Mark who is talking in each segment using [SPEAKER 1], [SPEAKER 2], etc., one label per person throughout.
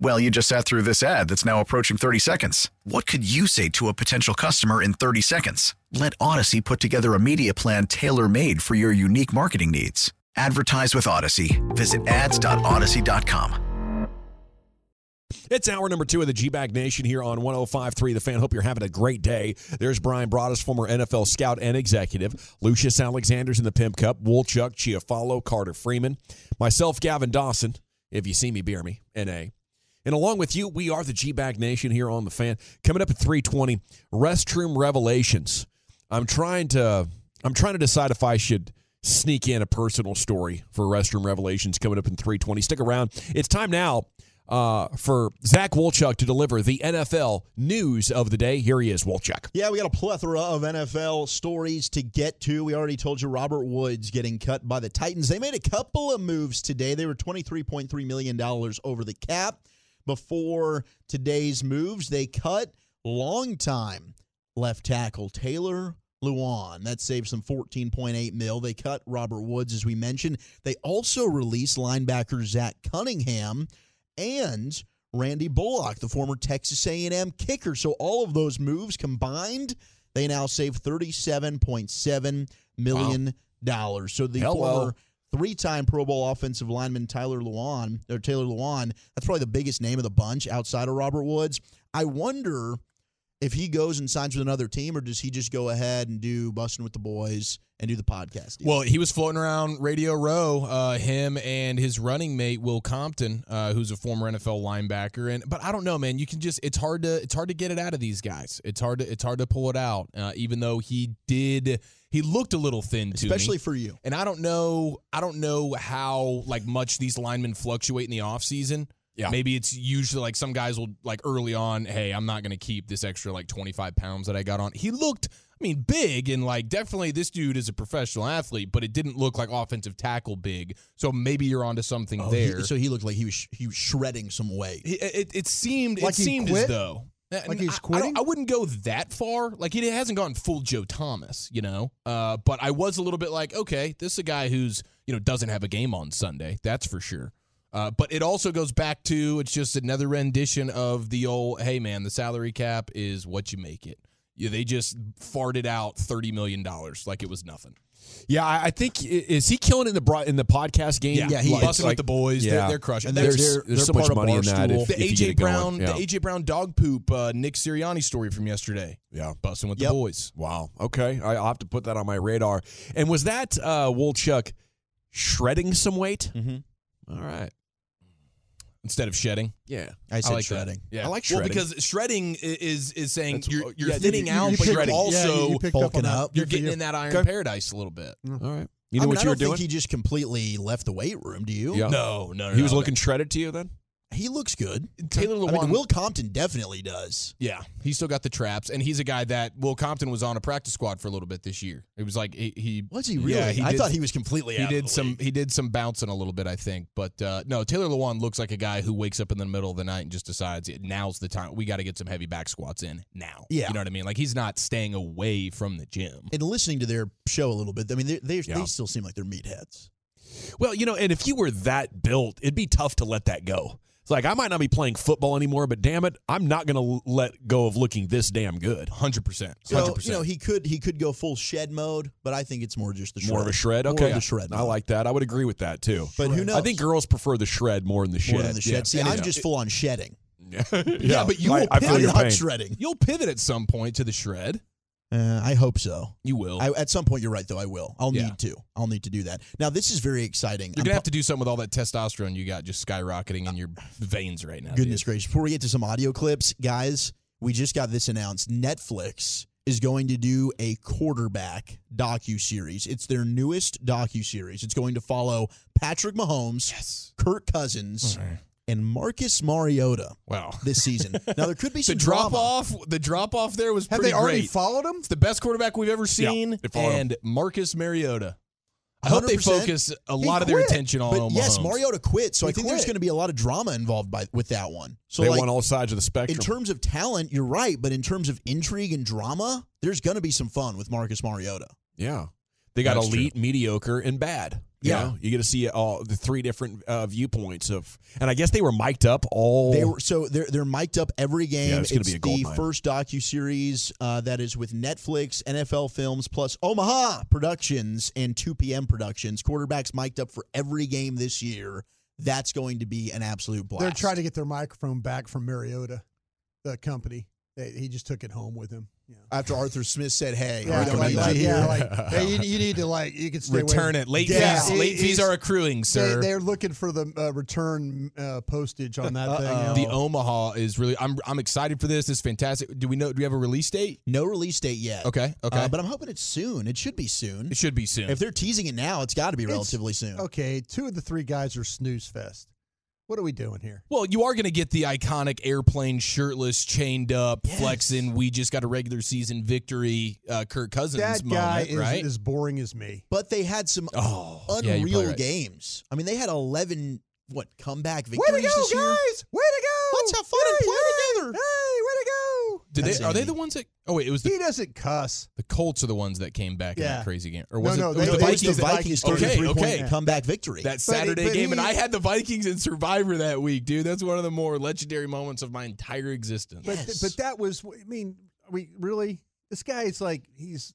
[SPEAKER 1] Well, you just sat through this ad that's now approaching 30 seconds. What could you say to a potential customer in 30 seconds? Let Odyssey put together a media plan tailor made for your unique marketing needs. Advertise with Odyssey. Visit ads.odyssey.com.
[SPEAKER 2] It's hour number two of the G Bag Nation here on 1053 The Fan. Hope you're having a great day. There's Brian Broaddus, former NFL scout and executive, Lucius Alexander's in the Pimp Cup, Woolchuck, Chiafalo, Carter Freeman, myself, Gavin Dawson. If you see me, beer me, NA. And along with you, we are the G Bag Nation here on The Fan. Coming up at 320, restroom revelations. I'm trying to I'm trying to decide if I should sneak in a personal story for restroom revelations coming up in 320. Stick around. It's time now uh, for Zach Wolchuk to deliver the NFL news of the day. Here he is, Wolchuk.
[SPEAKER 3] Yeah, we got a plethora of NFL stories to get to. We already told you Robert Woods getting cut by the Titans. They made a couple of moves today. They were $23.3 million over the cap. Before today's moves, they cut longtime left tackle Taylor Luan. That saves them 14.8 mil. They cut Robert Woods, as we mentioned. They also released linebacker Zach Cunningham and Randy Bullock, the former Texas A&M kicker. So all of those moves combined, they now save $37.7 million. dollars. So the
[SPEAKER 2] Hello.
[SPEAKER 3] former three-time Pro Bowl offensive lineman Tyler Luan, or Taylor Luan, that's probably the biggest name of the bunch outside of Robert Woods. I wonder if he goes and signs with another team or does he just go ahead and do busting with the boys and do the podcast? deal?
[SPEAKER 4] Well, he was floating around Radio Row, uh, him and his running mate Will Compton, uh, who's a former NFL linebacker. And but I don't know, man. You can just it's hard to it's hard to get it out of these guys. It's hard to it's hard to pull it out. Uh, even though he did, he looked a little thin, to me.
[SPEAKER 3] especially for you.
[SPEAKER 4] And I don't know, I don't know how like much these linemen fluctuate in the offseason.
[SPEAKER 2] Yeah.
[SPEAKER 4] Maybe it's usually like some guys will like early on, hey, I'm not gonna keep this extra like 25 pounds that I got on. He looked, I mean, big and like definitely this dude is a professional athlete, but it didn't look like offensive tackle big. So maybe you're onto something
[SPEAKER 3] Oh, he-
[SPEAKER 4] there.
[SPEAKER 3] so he looked like he was sh- he was shredding some weight.
[SPEAKER 4] He- it, it seemed
[SPEAKER 5] Like
[SPEAKER 4] it
[SPEAKER 5] he
[SPEAKER 4] seemed
[SPEAKER 5] quit?
[SPEAKER 4] as though Uh,
[SPEAKER 5] Like
[SPEAKER 4] n-
[SPEAKER 5] he's
[SPEAKER 4] I- I don't-
[SPEAKER 5] quitting?
[SPEAKER 4] I, wouldn't go that far. Like he hasn't gone full Joe Thomas, you know. Uh, but I was a little bit like, okay, this is a guy who's you know doesn't have a game on Sunday. That's for sure. Uh, but it also goes back to it's just another rendition of the old hey man, the salary cap is what you make it. Yeah, they just farted out thirty million dollars like it was nothing.
[SPEAKER 2] Yeah, I, I think i- is he killing in the bro- in the podcast game?
[SPEAKER 4] Yeah,
[SPEAKER 3] he
[SPEAKER 2] Like-
[SPEAKER 3] is.
[SPEAKER 4] busting
[SPEAKER 2] like-
[SPEAKER 4] with the boys,
[SPEAKER 2] yeah.
[SPEAKER 4] they're, they're crushing.
[SPEAKER 3] And
[SPEAKER 4] They're-
[SPEAKER 2] there's
[SPEAKER 3] they're-
[SPEAKER 2] there's so
[SPEAKER 3] they're
[SPEAKER 2] much
[SPEAKER 3] part of
[SPEAKER 2] money in that.
[SPEAKER 3] Barstool.
[SPEAKER 2] If,
[SPEAKER 4] the
[SPEAKER 2] if you get
[SPEAKER 4] AJ
[SPEAKER 2] it going.
[SPEAKER 4] Brown,
[SPEAKER 2] Yeah.
[SPEAKER 4] the AJ Brown dog poop, uh, Nick Sirianni story from yesterday.
[SPEAKER 2] Yeah.
[SPEAKER 4] busting with
[SPEAKER 3] Yep.
[SPEAKER 4] the boys.
[SPEAKER 2] Wow. Okay. I, I'll have to put that on my radar. And was that uh, Wolchuk shredding some weight?
[SPEAKER 3] Mhm.
[SPEAKER 2] All right.
[SPEAKER 4] Instead of shedding,
[SPEAKER 2] Yeah.
[SPEAKER 3] I said
[SPEAKER 4] like that.
[SPEAKER 3] shredding.
[SPEAKER 4] Yeah,
[SPEAKER 2] I like
[SPEAKER 4] Well,
[SPEAKER 2] shredding.
[SPEAKER 4] because shredding i- is is saying
[SPEAKER 2] That's-
[SPEAKER 4] you're you're
[SPEAKER 2] yeah,
[SPEAKER 4] thinning
[SPEAKER 2] you-
[SPEAKER 4] out,
[SPEAKER 2] you
[SPEAKER 4] but
[SPEAKER 2] picked
[SPEAKER 4] you're
[SPEAKER 2] up-
[SPEAKER 4] also
[SPEAKER 5] picked
[SPEAKER 3] bulking
[SPEAKER 5] on that.
[SPEAKER 3] up.
[SPEAKER 5] Good
[SPEAKER 4] you're
[SPEAKER 5] for
[SPEAKER 4] getting
[SPEAKER 5] you.
[SPEAKER 4] in that iron
[SPEAKER 2] Okay.
[SPEAKER 4] paradise a little bit.
[SPEAKER 2] All right. You
[SPEAKER 3] I
[SPEAKER 2] know
[SPEAKER 3] mean,
[SPEAKER 2] what
[SPEAKER 3] I
[SPEAKER 2] you
[SPEAKER 3] don't
[SPEAKER 2] were doing?
[SPEAKER 3] Think he just completely left the weight room. Do you?
[SPEAKER 2] Yeah.
[SPEAKER 4] No, no, no.
[SPEAKER 2] Oh. He was
[SPEAKER 4] no.
[SPEAKER 2] looking shredded to you then?
[SPEAKER 3] He looks good.
[SPEAKER 4] Taylor
[SPEAKER 3] I
[SPEAKER 4] Lewan-
[SPEAKER 3] mean, Will Compton definitely does.
[SPEAKER 4] Yeah, he still got the traps, and he's a guy that Will Compton was on a practice squad for a little bit this year. It was like he, he
[SPEAKER 3] Was he really?
[SPEAKER 4] Yeah, he
[SPEAKER 3] I
[SPEAKER 4] did-
[SPEAKER 3] thought he was completely.
[SPEAKER 4] he
[SPEAKER 3] out of
[SPEAKER 4] did
[SPEAKER 3] the
[SPEAKER 4] some
[SPEAKER 3] league.
[SPEAKER 4] he did some bouncing a little bit, I think. But uh, no, Taylor Lewan looks like a guy who wakes up in the middle of the night and just decides "Yeah, now's the time. We got to get some heavy back squats in now.
[SPEAKER 3] Yeah.
[SPEAKER 4] you know what I mean. Like he's not staying away from the gym.
[SPEAKER 3] And listening to their show a little bit, I mean, they they
[SPEAKER 2] Yeah.
[SPEAKER 3] they still seem like they're meatheads.
[SPEAKER 2] Well, you know, and if you were that built, it'd be tough to let that go. It's like I might not be playing football anymore, but damn it, I'm not going to let go of looking this damn good.
[SPEAKER 4] Hundred percent.
[SPEAKER 3] So you know, he could he could go full shed mode, but I think it's more just the shred.
[SPEAKER 2] More of a shred.
[SPEAKER 3] More
[SPEAKER 2] Okay,
[SPEAKER 3] of a shred.
[SPEAKER 2] I like that. I would agree with that too.
[SPEAKER 3] But who knows?
[SPEAKER 2] I think girls prefer the shred more than the shed.
[SPEAKER 3] more than the shed. See, I'm just full on shedding.
[SPEAKER 2] yeah,
[SPEAKER 3] Yeah, but you
[SPEAKER 2] I,
[SPEAKER 3] will
[SPEAKER 2] I
[SPEAKER 3] I'm
[SPEAKER 2] feel your
[SPEAKER 3] not
[SPEAKER 2] pain.
[SPEAKER 3] shredding.
[SPEAKER 4] You'll pivot at some point to the shred.
[SPEAKER 3] Uh, I hope so.
[SPEAKER 4] You will.
[SPEAKER 3] I, at some point, you're right though. I will. I'll
[SPEAKER 4] Yeah.
[SPEAKER 3] need to. I'll need to do that. Now, this is very exciting.
[SPEAKER 4] You're
[SPEAKER 3] I'm
[SPEAKER 4] gonna
[SPEAKER 3] pro-
[SPEAKER 4] have to do something with all that testosterone you got just skyrocketing in your veins right now.
[SPEAKER 3] Goodness gracious. Before we get to some audio clips, guys, we just got this announced. Netflix is going to do a quarterback docu-series. It's their newest docu-series. It's going to follow Patrick Mahomes,
[SPEAKER 4] Yes.
[SPEAKER 3] Kirk Cousins, and Marcus Mariota
[SPEAKER 4] Wow.
[SPEAKER 3] this season. now there could be
[SPEAKER 4] The
[SPEAKER 3] some
[SPEAKER 4] drop
[SPEAKER 3] drama.
[SPEAKER 4] off, the drop off there was
[SPEAKER 5] Have
[SPEAKER 4] pretty
[SPEAKER 5] they already
[SPEAKER 4] great.
[SPEAKER 5] followed him?
[SPEAKER 4] It's the best quarterback we've ever seen,
[SPEAKER 2] they followed him.
[SPEAKER 4] and Marcus Mariota. I hope they
[SPEAKER 3] 100%.
[SPEAKER 4] focus a
[SPEAKER 3] He
[SPEAKER 4] lot of their
[SPEAKER 3] quit.
[SPEAKER 4] attention on
[SPEAKER 3] But
[SPEAKER 4] Omaha
[SPEAKER 3] yes,
[SPEAKER 4] Holmes.
[SPEAKER 3] Mariota quit, so
[SPEAKER 5] He
[SPEAKER 3] I think there's
[SPEAKER 5] quit.
[SPEAKER 3] going to be a lot of drama involved by with that one. So
[SPEAKER 2] they
[SPEAKER 3] like,
[SPEAKER 2] won all sides of the spectrum.
[SPEAKER 3] in terms of talent, you're right, but in terms of intrigue and drama, there's going to be some fun with Marcus Mariota.
[SPEAKER 2] yeah, they got
[SPEAKER 4] That's
[SPEAKER 2] elite, mediocre, and bad. You
[SPEAKER 3] Yeah.
[SPEAKER 2] know? you get to see all the three different uh, viewpoints of, and I guess they were mic'd up all.
[SPEAKER 3] They were so they're they're mic'd up every game.
[SPEAKER 2] Oh. Yeah, it's gonna be a gold
[SPEAKER 3] the
[SPEAKER 2] mine.
[SPEAKER 3] first docu series uh, that is with Netflix, NFL Films, plus Omaha Productions and 2 PM Productions. Quarterbacks mic'd up for every game this year. That's going to be an absolute blast.
[SPEAKER 5] They're trying to get their microphone back from Mariota, the company. They, he just took it home with him. Yeah.
[SPEAKER 3] after Arthur Smith said, "Hey,
[SPEAKER 5] Yeah,
[SPEAKER 3] we don't
[SPEAKER 5] like,
[SPEAKER 3] need
[SPEAKER 5] like,
[SPEAKER 3] you
[SPEAKER 5] yeah,
[SPEAKER 3] here."
[SPEAKER 5] like, hey, you, you need to like you can stay away.
[SPEAKER 4] Return it. Late
[SPEAKER 5] Yeah,
[SPEAKER 4] fees.
[SPEAKER 5] he-
[SPEAKER 4] Late fees
[SPEAKER 5] he's-
[SPEAKER 4] are accruing, sir.
[SPEAKER 5] They, are looking for the uh, return uh, postage on that thing.
[SPEAKER 3] Uh-oh.
[SPEAKER 5] you
[SPEAKER 4] Uh, the
[SPEAKER 5] know.
[SPEAKER 4] Omaha is really. I'm I'm excited for this. It's fantastic. Do we know? Do we have a release date?
[SPEAKER 3] No release date yet.
[SPEAKER 4] Okay. Okay.
[SPEAKER 3] Uh, but I'm hoping it's soon. It should be soon.
[SPEAKER 4] it should be soon.
[SPEAKER 3] If they're teasing it now, it's got to be
[SPEAKER 5] It's-
[SPEAKER 3] relatively soon.
[SPEAKER 5] okay, two of the three guys are snooze fest. What are we doing here?
[SPEAKER 4] well, you are going to get the iconic airplane, shirtless, chained up,
[SPEAKER 3] Yes.
[SPEAKER 4] flexing. We just got a regular season victory. Uh, Kirk Cousins
[SPEAKER 5] that guy
[SPEAKER 4] moment,
[SPEAKER 5] is
[SPEAKER 4] right?
[SPEAKER 5] as boring as me.
[SPEAKER 3] But they had some
[SPEAKER 4] oh, yeah, you're
[SPEAKER 3] unreal
[SPEAKER 4] probably right.
[SPEAKER 3] games. I mean, they had 11 what comeback
[SPEAKER 5] Way to
[SPEAKER 3] victories
[SPEAKER 5] go,
[SPEAKER 3] this
[SPEAKER 5] guys!
[SPEAKER 3] year.
[SPEAKER 5] Way to go!
[SPEAKER 3] Let's have fun and
[SPEAKER 5] Hey,
[SPEAKER 3] play
[SPEAKER 5] hey,
[SPEAKER 3] together.
[SPEAKER 5] Hey, way to go!
[SPEAKER 4] Did they,
[SPEAKER 3] That's
[SPEAKER 4] are they
[SPEAKER 3] Andy.
[SPEAKER 4] the ones that? Oh wait, it was the
[SPEAKER 5] He doesn't cuss.
[SPEAKER 4] The Colts are the ones that came back in
[SPEAKER 5] Yeah.
[SPEAKER 4] that crazy game, or was
[SPEAKER 5] no,
[SPEAKER 4] it,
[SPEAKER 5] they-
[SPEAKER 4] it was the
[SPEAKER 5] it was
[SPEAKER 4] Vikings?
[SPEAKER 3] the
[SPEAKER 4] that-
[SPEAKER 3] Vikings
[SPEAKER 4] Okay,
[SPEAKER 3] 33
[SPEAKER 4] okay.
[SPEAKER 3] point comeback victory.
[SPEAKER 4] That
[SPEAKER 5] But he-
[SPEAKER 4] Saturday
[SPEAKER 5] but
[SPEAKER 4] game, and
[SPEAKER 5] he-
[SPEAKER 4] I had the Vikings in Survivor that week, dude. That's one of the more legendary moments of my entire existence.
[SPEAKER 5] But
[SPEAKER 3] Yes.
[SPEAKER 5] but that was. I mean, are we really. This guy is like he's.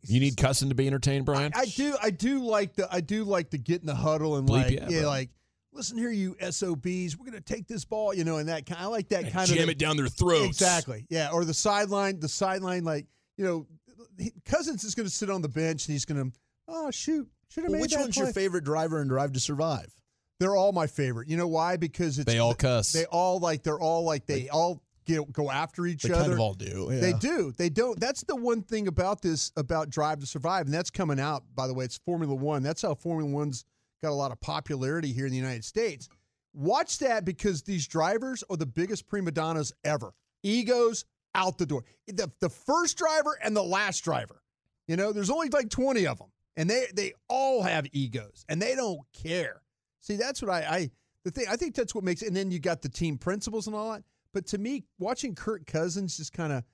[SPEAKER 5] he's
[SPEAKER 2] you need cussing to be entertained, Brian.
[SPEAKER 5] I do. I do like the. I do like to get in the huddle and
[SPEAKER 4] Bleep
[SPEAKER 5] like
[SPEAKER 4] yeah,
[SPEAKER 5] yeah,
[SPEAKER 4] bro.
[SPEAKER 5] like listen here, you sobs. We're gonna take this ball, you know, and that kind. I like that kind
[SPEAKER 4] Jam
[SPEAKER 5] of
[SPEAKER 4] it down their throats.
[SPEAKER 5] exactly. Yeah, or the sideline. The sideline, like you know, he- Cousins is gonna sit on the bench and he's gonna oh shoot. Should have
[SPEAKER 3] Well,
[SPEAKER 5] made
[SPEAKER 3] which
[SPEAKER 5] that
[SPEAKER 3] one's your
[SPEAKER 5] play."
[SPEAKER 3] favorite driver and drive to survive?
[SPEAKER 5] They're all my favorite. You know why? Because it's
[SPEAKER 4] They all cuss.
[SPEAKER 5] They all like. They're all like. They all get go after each
[SPEAKER 3] They
[SPEAKER 5] other.
[SPEAKER 3] kind of all do. yeah.
[SPEAKER 5] They do. They don't. That's the one thing about this about Drive to Survive, and that's coming out by the way. It's Formula One. That's how Formula One's got a lot of popularity here in the United States. Watch that because these drivers are the biggest prima donnas ever. Egos out the door. The, the first driver and the last driver. You know, there's only like 20 of them, and they they all have egos, and they don't care. See, that's what I, I the thing. I think that's what makes. And then you got the team principles and all that. But to me, watching Kirk Cousins just kind of,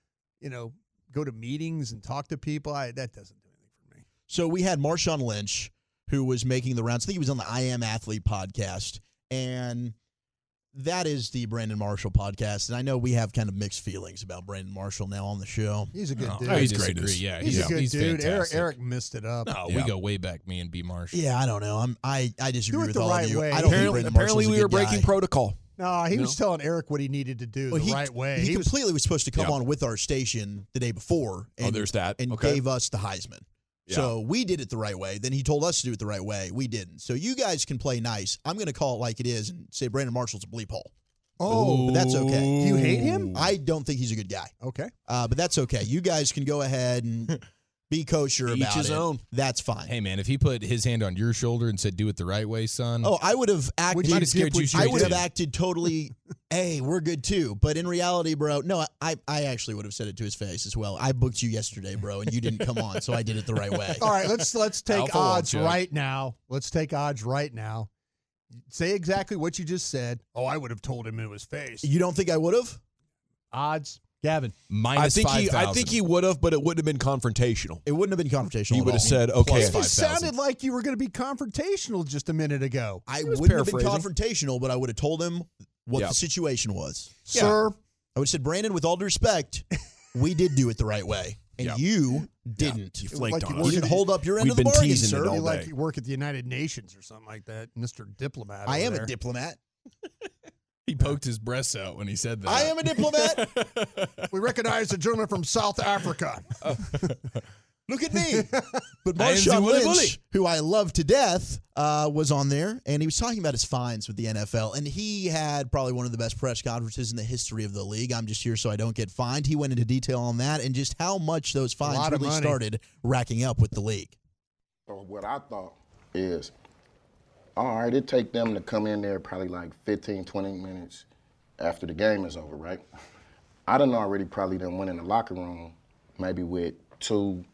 [SPEAKER 5] you know, go to meetings and talk to people, I that doesn't do anything for me.
[SPEAKER 3] So we had Marshawn Lynch, who was making the rounds. I think he was on the I Am Athlete podcast, and that is the Brandon Marshall podcast. And I know we have kind of mixed feelings about Brandon Marshall now on the show.
[SPEAKER 5] He's a good dude.
[SPEAKER 4] Oh,
[SPEAKER 2] he's
[SPEAKER 4] I
[SPEAKER 2] great.
[SPEAKER 4] disagree. Yeah,
[SPEAKER 5] He's,
[SPEAKER 4] he's,
[SPEAKER 5] a good
[SPEAKER 4] he's
[SPEAKER 5] dude. Eric,
[SPEAKER 4] fantastic.
[SPEAKER 5] Eric missed it up.
[SPEAKER 4] No,
[SPEAKER 2] Yeah.
[SPEAKER 4] we go way back, me and B. Marshall.
[SPEAKER 3] Yeah, I don't know. I'm I I disagree
[SPEAKER 5] Do it
[SPEAKER 3] with
[SPEAKER 5] the
[SPEAKER 3] all
[SPEAKER 5] right
[SPEAKER 3] of you.
[SPEAKER 5] way.
[SPEAKER 3] I don't
[SPEAKER 2] apparently,
[SPEAKER 3] think Brandon
[SPEAKER 2] apparently
[SPEAKER 3] Marshall's
[SPEAKER 2] we
[SPEAKER 3] a
[SPEAKER 2] were
[SPEAKER 3] good
[SPEAKER 2] breaking
[SPEAKER 3] guy.
[SPEAKER 2] protocol.
[SPEAKER 5] No, he
[SPEAKER 2] No.
[SPEAKER 5] was telling Eric what he needed to do
[SPEAKER 3] Well,
[SPEAKER 5] the
[SPEAKER 3] he-
[SPEAKER 5] right way.
[SPEAKER 3] He,
[SPEAKER 5] He was-
[SPEAKER 3] completely was supposed to come
[SPEAKER 2] Yeah.
[SPEAKER 3] on with our station the day before.
[SPEAKER 2] oh, there's that.
[SPEAKER 3] and
[SPEAKER 2] okay.
[SPEAKER 3] gave us the Heisman.
[SPEAKER 2] Yeah.
[SPEAKER 3] So we did it the right way. Then he told us to do it the right way. We didn't. So you guys can play nice. I'm going to call it like it is and say Brandon Marshall's a bleep hole.
[SPEAKER 5] oh,
[SPEAKER 3] But that's okay.
[SPEAKER 5] you hate him?
[SPEAKER 3] I don't think he's a good guy,
[SPEAKER 5] Okay.
[SPEAKER 3] uh, but that's okay. You guys can go ahead and be kosher
[SPEAKER 2] Each
[SPEAKER 3] about
[SPEAKER 2] his
[SPEAKER 3] it.
[SPEAKER 2] own.
[SPEAKER 3] That's fine.
[SPEAKER 4] Hey man, if he put his hand on your shoulder and said, "Do it the right way, son,"
[SPEAKER 3] Oh, I would have acted.
[SPEAKER 4] you Might have scared dip you what you
[SPEAKER 3] I
[SPEAKER 4] straight
[SPEAKER 3] would have
[SPEAKER 4] did.
[SPEAKER 3] acted totally. hey, we're good too. But in reality, bro, no, I, I actually would have said it to his face as well. I booked you yesterday, bro, and you didn't come on, so I did it the right way.
[SPEAKER 5] All right, let's let's take
[SPEAKER 4] Alpha won't
[SPEAKER 5] odds
[SPEAKER 4] judge.
[SPEAKER 5] right now. Let's take odds right now. Say exactly what you just said. Oh, I would have told him in his face.
[SPEAKER 3] You don't think I would have?
[SPEAKER 5] Odds, Gavin.
[SPEAKER 2] I
[SPEAKER 4] minus
[SPEAKER 2] think he. I
[SPEAKER 4] 5,000.
[SPEAKER 2] think he would have, but it wouldn't have been confrontational.
[SPEAKER 3] It wouldn't have been confrontational.
[SPEAKER 2] He
[SPEAKER 3] at
[SPEAKER 2] would have
[SPEAKER 3] all.
[SPEAKER 2] said, "Okay,
[SPEAKER 5] It just
[SPEAKER 4] 5,000.
[SPEAKER 5] sounded like you were going to be confrontational just a minute ago.
[SPEAKER 3] I
[SPEAKER 2] was
[SPEAKER 3] wouldn't have been
[SPEAKER 2] paraphrasing.
[SPEAKER 3] confrontational, but I would have told him what
[SPEAKER 2] Yeah.
[SPEAKER 3] the situation was.
[SPEAKER 2] Yeah.
[SPEAKER 5] Sir,
[SPEAKER 3] I would have said, Brandon, with all due respect, we did do it the right way, and
[SPEAKER 2] Yeah.
[SPEAKER 3] you didn't.
[SPEAKER 2] you flaked
[SPEAKER 5] like
[SPEAKER 2] on
[SPEAKER 5] you
[SPEAKER 3] You
[SPEAKER 2] us."
[SPEAKER 5] worked
[SPEAKER 3] didn't hold up your end
[SPEAKER 2] We've
[SPEAKER 3] of the
[SPEAKER 2] been
[SPEAKER 3] bargain,
[SPEAKER 2] teasing it
[SPEAKER 3] sir.
[SPEAKER 2] all
[SPEAKER 5] you like
[SPEAKER 2] day.
[SPEAKER 5] you work at the United Nations or something like that, Mister Diplomat.
[SPEAKER 3] I
[SPEAKER 5] over
[SPEAKER 3] am
[SPEAKER 5] there.
[SPEAKER 3] a diplomat.
[SPEAKER 4] he poked his breasts out when he said that.
[SPEAKER 3] I am a diplomat.
[SPEAKER 5] We recognize the gentleman from South Africa.
[SPEAKER 3] Look at me. But
[SPEAKER 4] I am the
[SPEAKER 3] Marshawn
[SPEAKER 4] Willy
[SPEAKER 3] Lynch,
[SPEAKER 4] Bully.
[SPEAKER 3] who I love to death, uh, was on there, and he was talking about his fines with the NFL, and he had probably one of the best press conferences in the history of the league. I'm just here so I don't get fined. He went into detail on that and just how much those fines
[SPEAKER 5] lot of
[SPEAKER 3] really
[SPEAKER 5] money.
[SPEAKER 3] started racking up with the league.
[SPEAKER 6] So what I thought is All right, it take them to come in there probably like 15, 20 minutes after the game is over, right? I done already probably done went in the locker room maybe with two,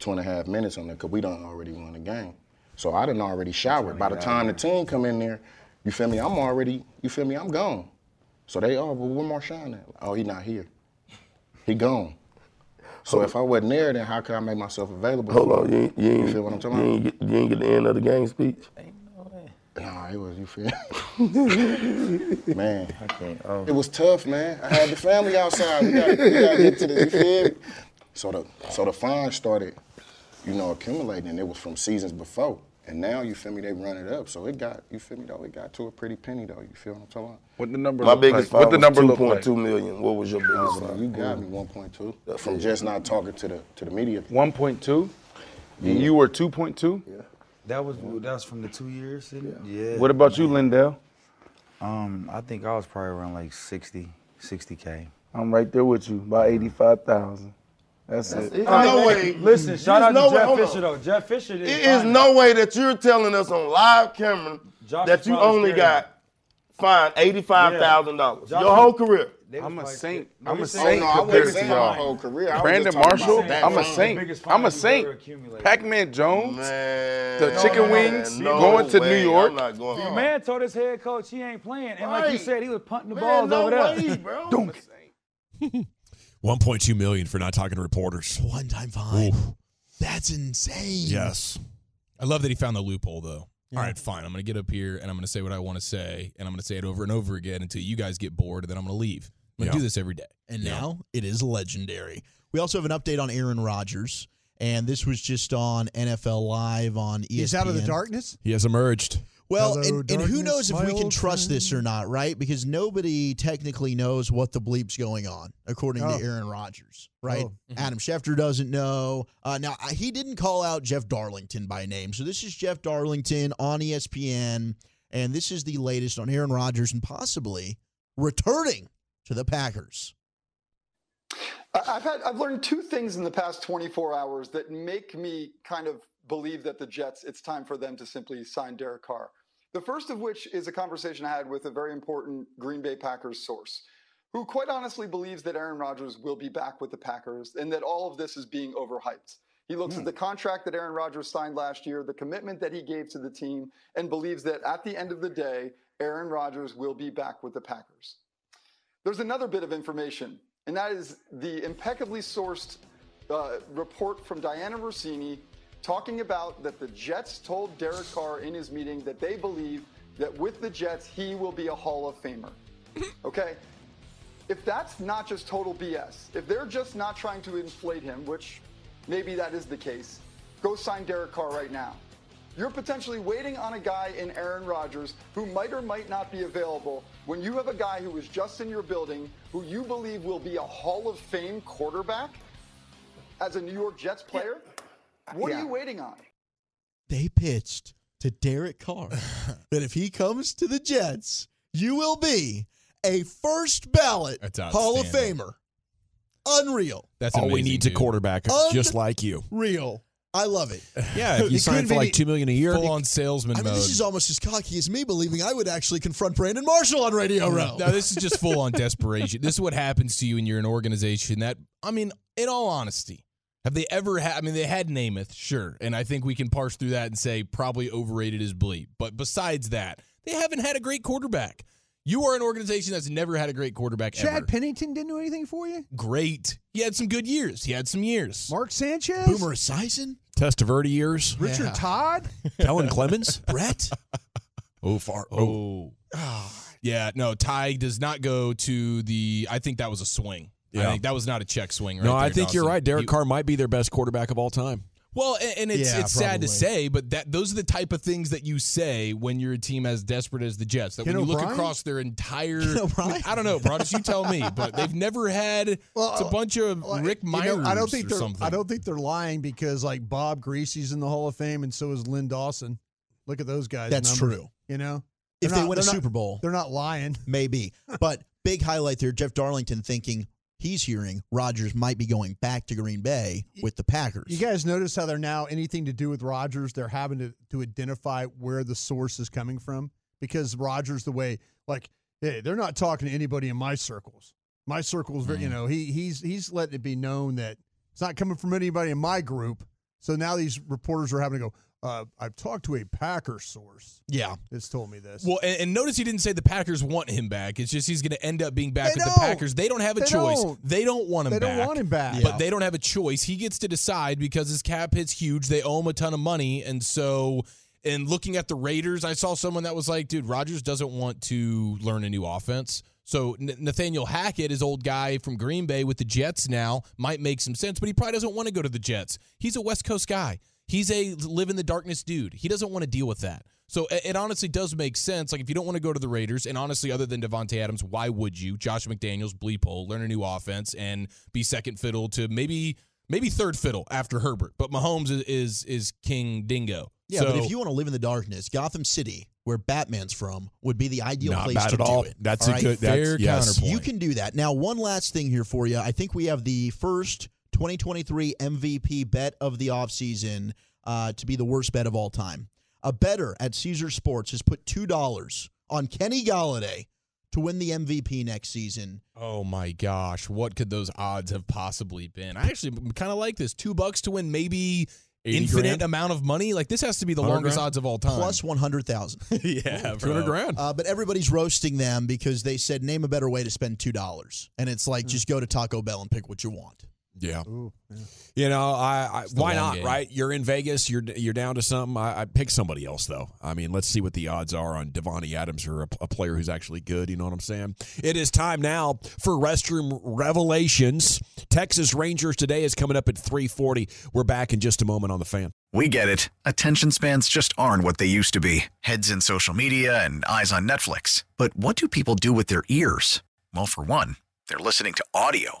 [SPEAKER 6] two and a half minutes on there because we done already won the game. So I done already showered. By the time the team come in there, you feel me? I'm already, you feel me? I'm gone. So they, oh, but where Marshawn at? Oh, he not here. He gone. So if I wasn't there, then how could I make myself available?
[SPEAKER 7] Hold on, you ain't, you ain't,
[SPEAKER 6] feel what I'm talking
[SPEAKER 7] you ain't, get, you ain't get the end of the game speech.
[SPEAKER 6] Nah, it was you feel. man, it was tough, man. I had the family outside. We gotta, we gotta get to this. You feel me? So the so the fines started, you know, accumulating, and it was from seasons before. And now you feel me? They run it up, so it got you feel me though. It got to a pretty penny though. You feel what I'm talking about?
[SPEAKER 8] What the number?
[SPEAKER 7] My
[SPEAKER 8] look
[SPEAKER 7] biggest
[SPEAKER 8] like? What
[SPEAKER 7] fine
[SPEAKER 8] the
[SPEAKER 7] was
[SPEAKER 8] number
[SPEAKER 7] two
[SPEAKER 8] look
[SPEAKER 7] point
[SPEAKER 8] like? Oh,
[SPEAKER 7] two million. What was your biggest
[SPEAKER 6] So
[SPEAKER 7] fine?
[SPEAKER 6] you got me 1.2 from just not talking to the to the media.
[SPEAKER 8] One point two. And you were two point two.
[SPEAKER 9] That was that was from the two years. isn't it? Yeah.
[SPEAKER 8] What about you, Lindell?
[SPEAKER 9] Um, I think I was probably around like 60, 60k.
[SPEAKER 8] I'm right there with you, about eighty-five thousand. That's, it.
[SPEAKER 7] No way.
[SPEAKER 9] Listen, shout out
[SPEAKER 7] There's no
[SPEAKER 9] to
[SPEAKER 7] way-
[SPEAKER 9] Jeff
[SPEAKER 7] hold on.
[SPEAKER 9] Fisher though. Jeff Fisher didn't.
[SPEAKER 7] It is
[SPEAKER 9] find
[SPEAKER 7] no way that you're telling us on live camera
[SPEAKER 9] Josh
[SPEAKER 7] that
[SPEAKER 9] is
[SPEAKER 7] you
[SPEAKER 9] probably
[SPEAKER 7] only
[SPEAKER 9] scared.
[SPEAKER 7] got fined eighty-five thousand dollars
[SPEAKER 9] Josh-
[SPEAKER 7] your whole career.
[SPEAKER 9] They was
[SPEAKER 8] I'm a
[SPEAKER 9] probably-
[SPEAKER 8] saint.
[SPEAKER 9] they
[SPEAKER 8] I'm a
[SPEAKER 9] was
[SPEAKER 6] Oh
[SPEAKER 8] saint
[SPEAKER 6] no, I
[SPEAKER 8] compared
[SPEAKER 6] wasn't
[SPEAKER 8] to
[SPEAKER 6] saying my
[SPEAKER 8] y'all.
[SPEAKER 6] whole career. I was
[SPEAKER 8] Brandon
[SPEAKER 6] just talking about
[SPEAKER 8] Marshall.
[SPEAKER 6] that
[SPEAKER 8] I'm a
[SPEAKER 6] fine.
[SPEAKER 8] saint.
[SPEAKER 9] biggest fine
[SPEAKER 8] I'm a
[SPEAKER 9] you've ever
[SPEAKER 8] saint.
[SPEAKER 9] accumulated.
[SPEAKER 8] Pac-Man Jones.
[SPEAKER 7] Man,
[SPEAKER 8] The chicken wings,
[SPEAKER 7] no
[SPEAKER 8] going to New
[SPEAKER 7] way.
[SPEAKER 8] York.
[SPEAKER 7] I'm not going.
[SPEAKER 9] The man told his head coach he ain't playing, and like you
[SPEAKER 7] Right.
[SPEAKER 9] said, he was punting the
[SPEAKER 7] Man,
[SPEAKER 9] balls
[SPEAKER 7] no
[SPEAKER 9] over there.
[SPEAKER 7] way, bro.
[SPEAKER 10] 1.2 million for not talking to reporters.
[SPEAKER 3] One time fine.
[SPEAKER 10] Oof.
[SPEAKER 3] That's insane.
[SPEAKER 10] Yes.
[SPEAKER 4] I love that he found the loophole, though. All right, fine. I'm going to get up here and I'm going to say what I want to say, and I'm going to say it over and over again until you guys get bored, and then I'm going to leave. I'm going to
[SPEAKER 10] Yeah.
[SPEAKER 4] do this every day.
[SPEAKER 3] And now it is legendary. We also have an update on Aaron Rodgers, and this was just on NFL Live on E ESPN.
[SPEAKER 2] He's out of the darkness.
[SPEAKER 10] He has emerged.
[SPEAKER 3] Well,
[SPEAKER 2] Hello,
[SPEAKER 3] and, and who
[SPEAKER 2] darkness,
[SPEAKER 3] knows if
[SPEAKER 2] my
[SPEAKER 3] we can
[SPEAKER 2] old
[SPEAKER 3] trust this or not, right? Because nobody technically knows what the bleep's going on, according
[SPEAKER 2] Oh.
[SPEAKER 3] to Aaron Rodgers, right?
[SPEAKER 2] Oh.
[SPEAKER 3] Adam Schefter doesn't know. Uh, now, I- he didn't call out Jeff Darlington by name. So this is Jeff Darlington on E ESPN, and this is the latest on Aaron Rodgers and possibly returning to the Packers.
[SPEAKER 5] I- I've had I've learned two things in the past 24 hours that make me kind of believe that the Jets it's time for them to simply sign Derek Carr. The first of which is a conversation I had with a very important Green Bay Packers source who quite honestly believes that Aaron Rodgers will be back with the Packers and that all of this is being overhyped. He looks at the contract that Aaron Rodgers signed last year, the commitment that he gave to the team and believes that at the end of the day Aaron Rodgers will be back with the Packers. There's another bit of information, and that is the impeccably sourced uh, report from Diana Rossini talking about that the Jets told Derek Carr in his meeting that they believe that with the Jets, he will be a Hall of Famer. Okay? If that's not just total BS, if they're just not trying to inflate him, which maybe that is the case, go sign Derek Carr right now. You're potentially waiting on a guy in Aaron Rodgers who might or might not be available when you have a guy who is just in your building who you believe will be a Hall of Fame quarterback as a New York Jets player? What are you waiting on?
[SPEAKER 3] they pitched to Derek Carr that if he comes to the Jets, you will be a first ballot
[SPEAKER 4] That's
[SPEAKER 3] Hall of
[SPEAKER 4] outstanding.
[SPEAKER 3] Famer. Unreal.
[SPEAKER 4] That's
[SPEAKER 10] All we
[SPEAKER 4] amazing,
[SPEAKER 10] need
[SPEAKER 4] dude.
[SPEAKER 10] to quarterback,
[SPEAKER 8] Oh,
[SPEAKER 3] Un-
[SPEAKER 10] just like you.
[SPEAKER 3] Real. I love it.
[SPEAKER 10] Yeah, if you
[SPEAKER 2] It
[SPEAKER 10] sign
[SPEAKER 2] couldn't
[SPEAKER 10] for
[SPEAKER 2] be
[SPEAKER 10] like
[SPEAKER 2] the-
[SPEAKER 10] two million a year,
[SPEAKER 4] Full on salesman
[SPEAKER 3] I mean,
[SPEAKER 4] mode.
[SPEAKER 3] this is almost as cocky as me believing I would actually confront Brandon Marshall on Radio
[SPEAKER 10] Oh.
[SPEAKER 3] Row.
[SPEAKER 4] No, this is just full on desperation. This is what happens to you when you're an organization that, I mean, in all honesty, have they ever had? I mean, they had Namath, sure. And I think we can parse through that and say probably overrated is bleep. But besides that, they haven't had a great quarterback. You are an organization that's never had a great quarterback ever.
[SPEAKER 2] Chad Pennington didn't do anything for you.
[SPEAKER 4] great. He had some good years. He had some years.
[SPEAKER 2] Mark Sanchez,
[SPEAKER 3] Boomer Esiason?
[SPEAKER 10] Testaverde years,
[SPEAKER 2] Richard
[SPEAKER 4] Yeah.
[SPEAKER 2] Todd.
[SPEAKER 10] Kellen Clemens,
[SPEAKER 3] Brett?
[SPEAKER 10] oh far, oh,
[SPEAKER 4] Oh. Yeah, no, Ty does not go to the I think that was a swing.
[SPEAKER 10] Yeah.
[SPEAKER 4] I think that was not a check swing right
[SPEAKER 10] no, I
[SPEAKER 4] there,
[SPEAKER 10] think you're
[SPEAKER 4] Dawson.
[SPEAKER 10] right. Derek
[SPEAKER 4] He-
[SPEAKER 10] Carr might be their best quarterback of all time.
[SPEAKER 4] Well, a- and, it's
[SPEAKER 3] Yeah,
[SPEAKER 4] it's sad to
[SPEAKER 3] probably.
[SPEAKER 4] say, but that those are the type of things that you say when you're a team as desperate as the Jets. That
[SPEAKER 2] Ken
[SPEAKER 4] when you look
[SPEAKER 2] O'Brien?
[SPEAKER 4] across their entire,
[SPEAKER 3] Ken
[SPEAKER 4] I, mean,
[SPEAKER 3] O'Brien?
[SPEAKER 4] I don't know, Broadus, you tell me, but they've never had
[SPEAKER 2] Well,
[SPEAKER 8] uh,
[SPEAKER 4] it's a bunch of
[SPEAKER 2] Oh, Well,
[SPEAKER 4] Rick
[SPEAKER 2] you know,
[SPEAKER 4] Myers
[SPEAKER 2] I don't think
[SPEAKER 4] or
[SPEAKER 2] they're.
[SPEAKER 4] something.
[SPEAKER 2] I don't think they're lying because like Bob Greasy's in the Hall of Fame and so is Lynn Dawson. Look at those guys.
[SPEAKER 3] That's
[SPEAKER 2] numbers,
[SPEAKER 3] true.
[SPEAKER 2] You know,
[SPEAKER 3] If
[SPEAKER 2] They're
[SPEAKER 3] they
[SPEAKER 2] not-
[SPEAKER 3] win a
[SPEAKER 2] they're not-
[SPEAKER 3] Super Bowl,
[SPEAKER 2] they're not lying.
[SPEAKER 3] maybe. But big highlight there, Jeff Darlington thinking he's hearing Rodgers might be going back to Green Bay with the Packers.
[SPEAKER 5] You guys notice how they're now anything to do with Rogers, they're having to, to identify where the source is coming from because Rogers, the way like hey, they're not talking to anybody in my circles. My circles, very
[SPEAKER 4] Mm-hmm.
[SPEAKER 5] you know, he he's he's letting it be known that it's not coming from anybody in my group. So now these reporters are having to go. Uh, I've talked to a Packer source.
[SPEAKER 4] Yeah.
[SPEAKER 5] that's told me this.
[SPEAKER 4] Well, and, and notice he didn't say the Packers want him back. It's just he's going to end up being back
[SPEAKER 5] They
[SPEAKER 4] with the
[SPEAKER 5] don't.
[SPEAKER 4] Packers. They don't have a
[SPEAKER 5] They
[SPEAKER 4] choice.
[SPEAKER 5] don't.
[SPEAKER 4] They don't want him
[SPEAKER 5] They
[SPEAKER 4] back.
[SPEAKER 5] don't want him back.
[SPEAKER 4] But they don't have a choice. He gets to decide because his cap hit's huge. They owe him a ton of money. And so, and looking at the Raiders, I saw someone that was like, dude, Rodgers doesn't want to learn a new offense. So N- Nathaniel Hackett, his old guy from Green Bay with the Jets now, might make some sense, but he probably doesn't want to go to the Jets. He's a West Coast guy. He's a live in the darkness dude. He doesn't want to deal with that. So it, it honestly does make sense. Like if you don't want to go to the Raiders, and honestly, other than Devonte Adams, why would you? Josh McDaniels, bleep hole, learn a new offense, and be second fiddle to maybe maybe third fiddle after Herbert. But Mahomes is is, is King Dingo.
[SPEAKER 3] yeah, but
[SPEAKER 4] So-
[SPEAKER 3] if you want to live in the darkness, Gotham City, where Batman's from, would be the ideal
[SPEAKER 2] Not
[SPEAKER 3] place
[SPEAKER 2] bad
[SPEAKER 3] to
[SPEAKER 2] at all.
[SPEAKER 3] do it.
[SPEAKER 2] That's
[SPEAKER 3] All
[SPEAKER 2] a good- that's- Fair yes. counterpoint.
[SPEAKER 3] You can do that. Now, one last thing here for you. I think we have the first 2023 MVP bet of the offseason uh, to be the worst bet of all time. A better at Caesar Sports has put two dollars on Kenny Galladay to win the MVP next season.
[SPEAKER 4] Oh my gosh, what could those odds have possibly been? I actually kind of like this. Two bucks to win maybe
[SPEAKER 2] 80
[SPEAKER 4] infinite
[SPEAKER 2] grand?
[SPEAKER 4] amount of money. Like this has to be the
[SPEAKER 2] 100
[SPEAKER 4] longest
[SPEAKER 2] grand?
[SPEAKER 4] odds of all time.
[SPEAKER 3] Plus 100,000.
[SPEAKER 4] yeah, bro.
[SPEAKER 3] Uh, but everybody's roasting them because they said, name a better way to spend $2. And it's
[SPEAKER 2] Hmm.
[SPEAKER 3] like, just go to Taco Bell and pick what you want.
[SPEAKER 2] Yeah. You know, I, I
[SPEAKER 3] the
[SPEAKER 2] why
[SPEAKER 3] long
[SPEAKER 2] not?
[SPEAKER 3] game.
[SPEAKER 2] Right? You're in Vegas. You're you're down to something. I, I pick somebody else though. I mean, let's see what the odds are on Devontae Adams or a, a player who's actually good. You know what I'm saying? It is time now for restroom revelations. Texas Rangers today is coming up at 3:40. We're back in just a moment on the fan.
[SPEAKER 1] We get it. Attention spans just aren't what they used to be heads in social media and eyes on Netflix. But what do people do with their ears? Well, for one, they're listening to audio.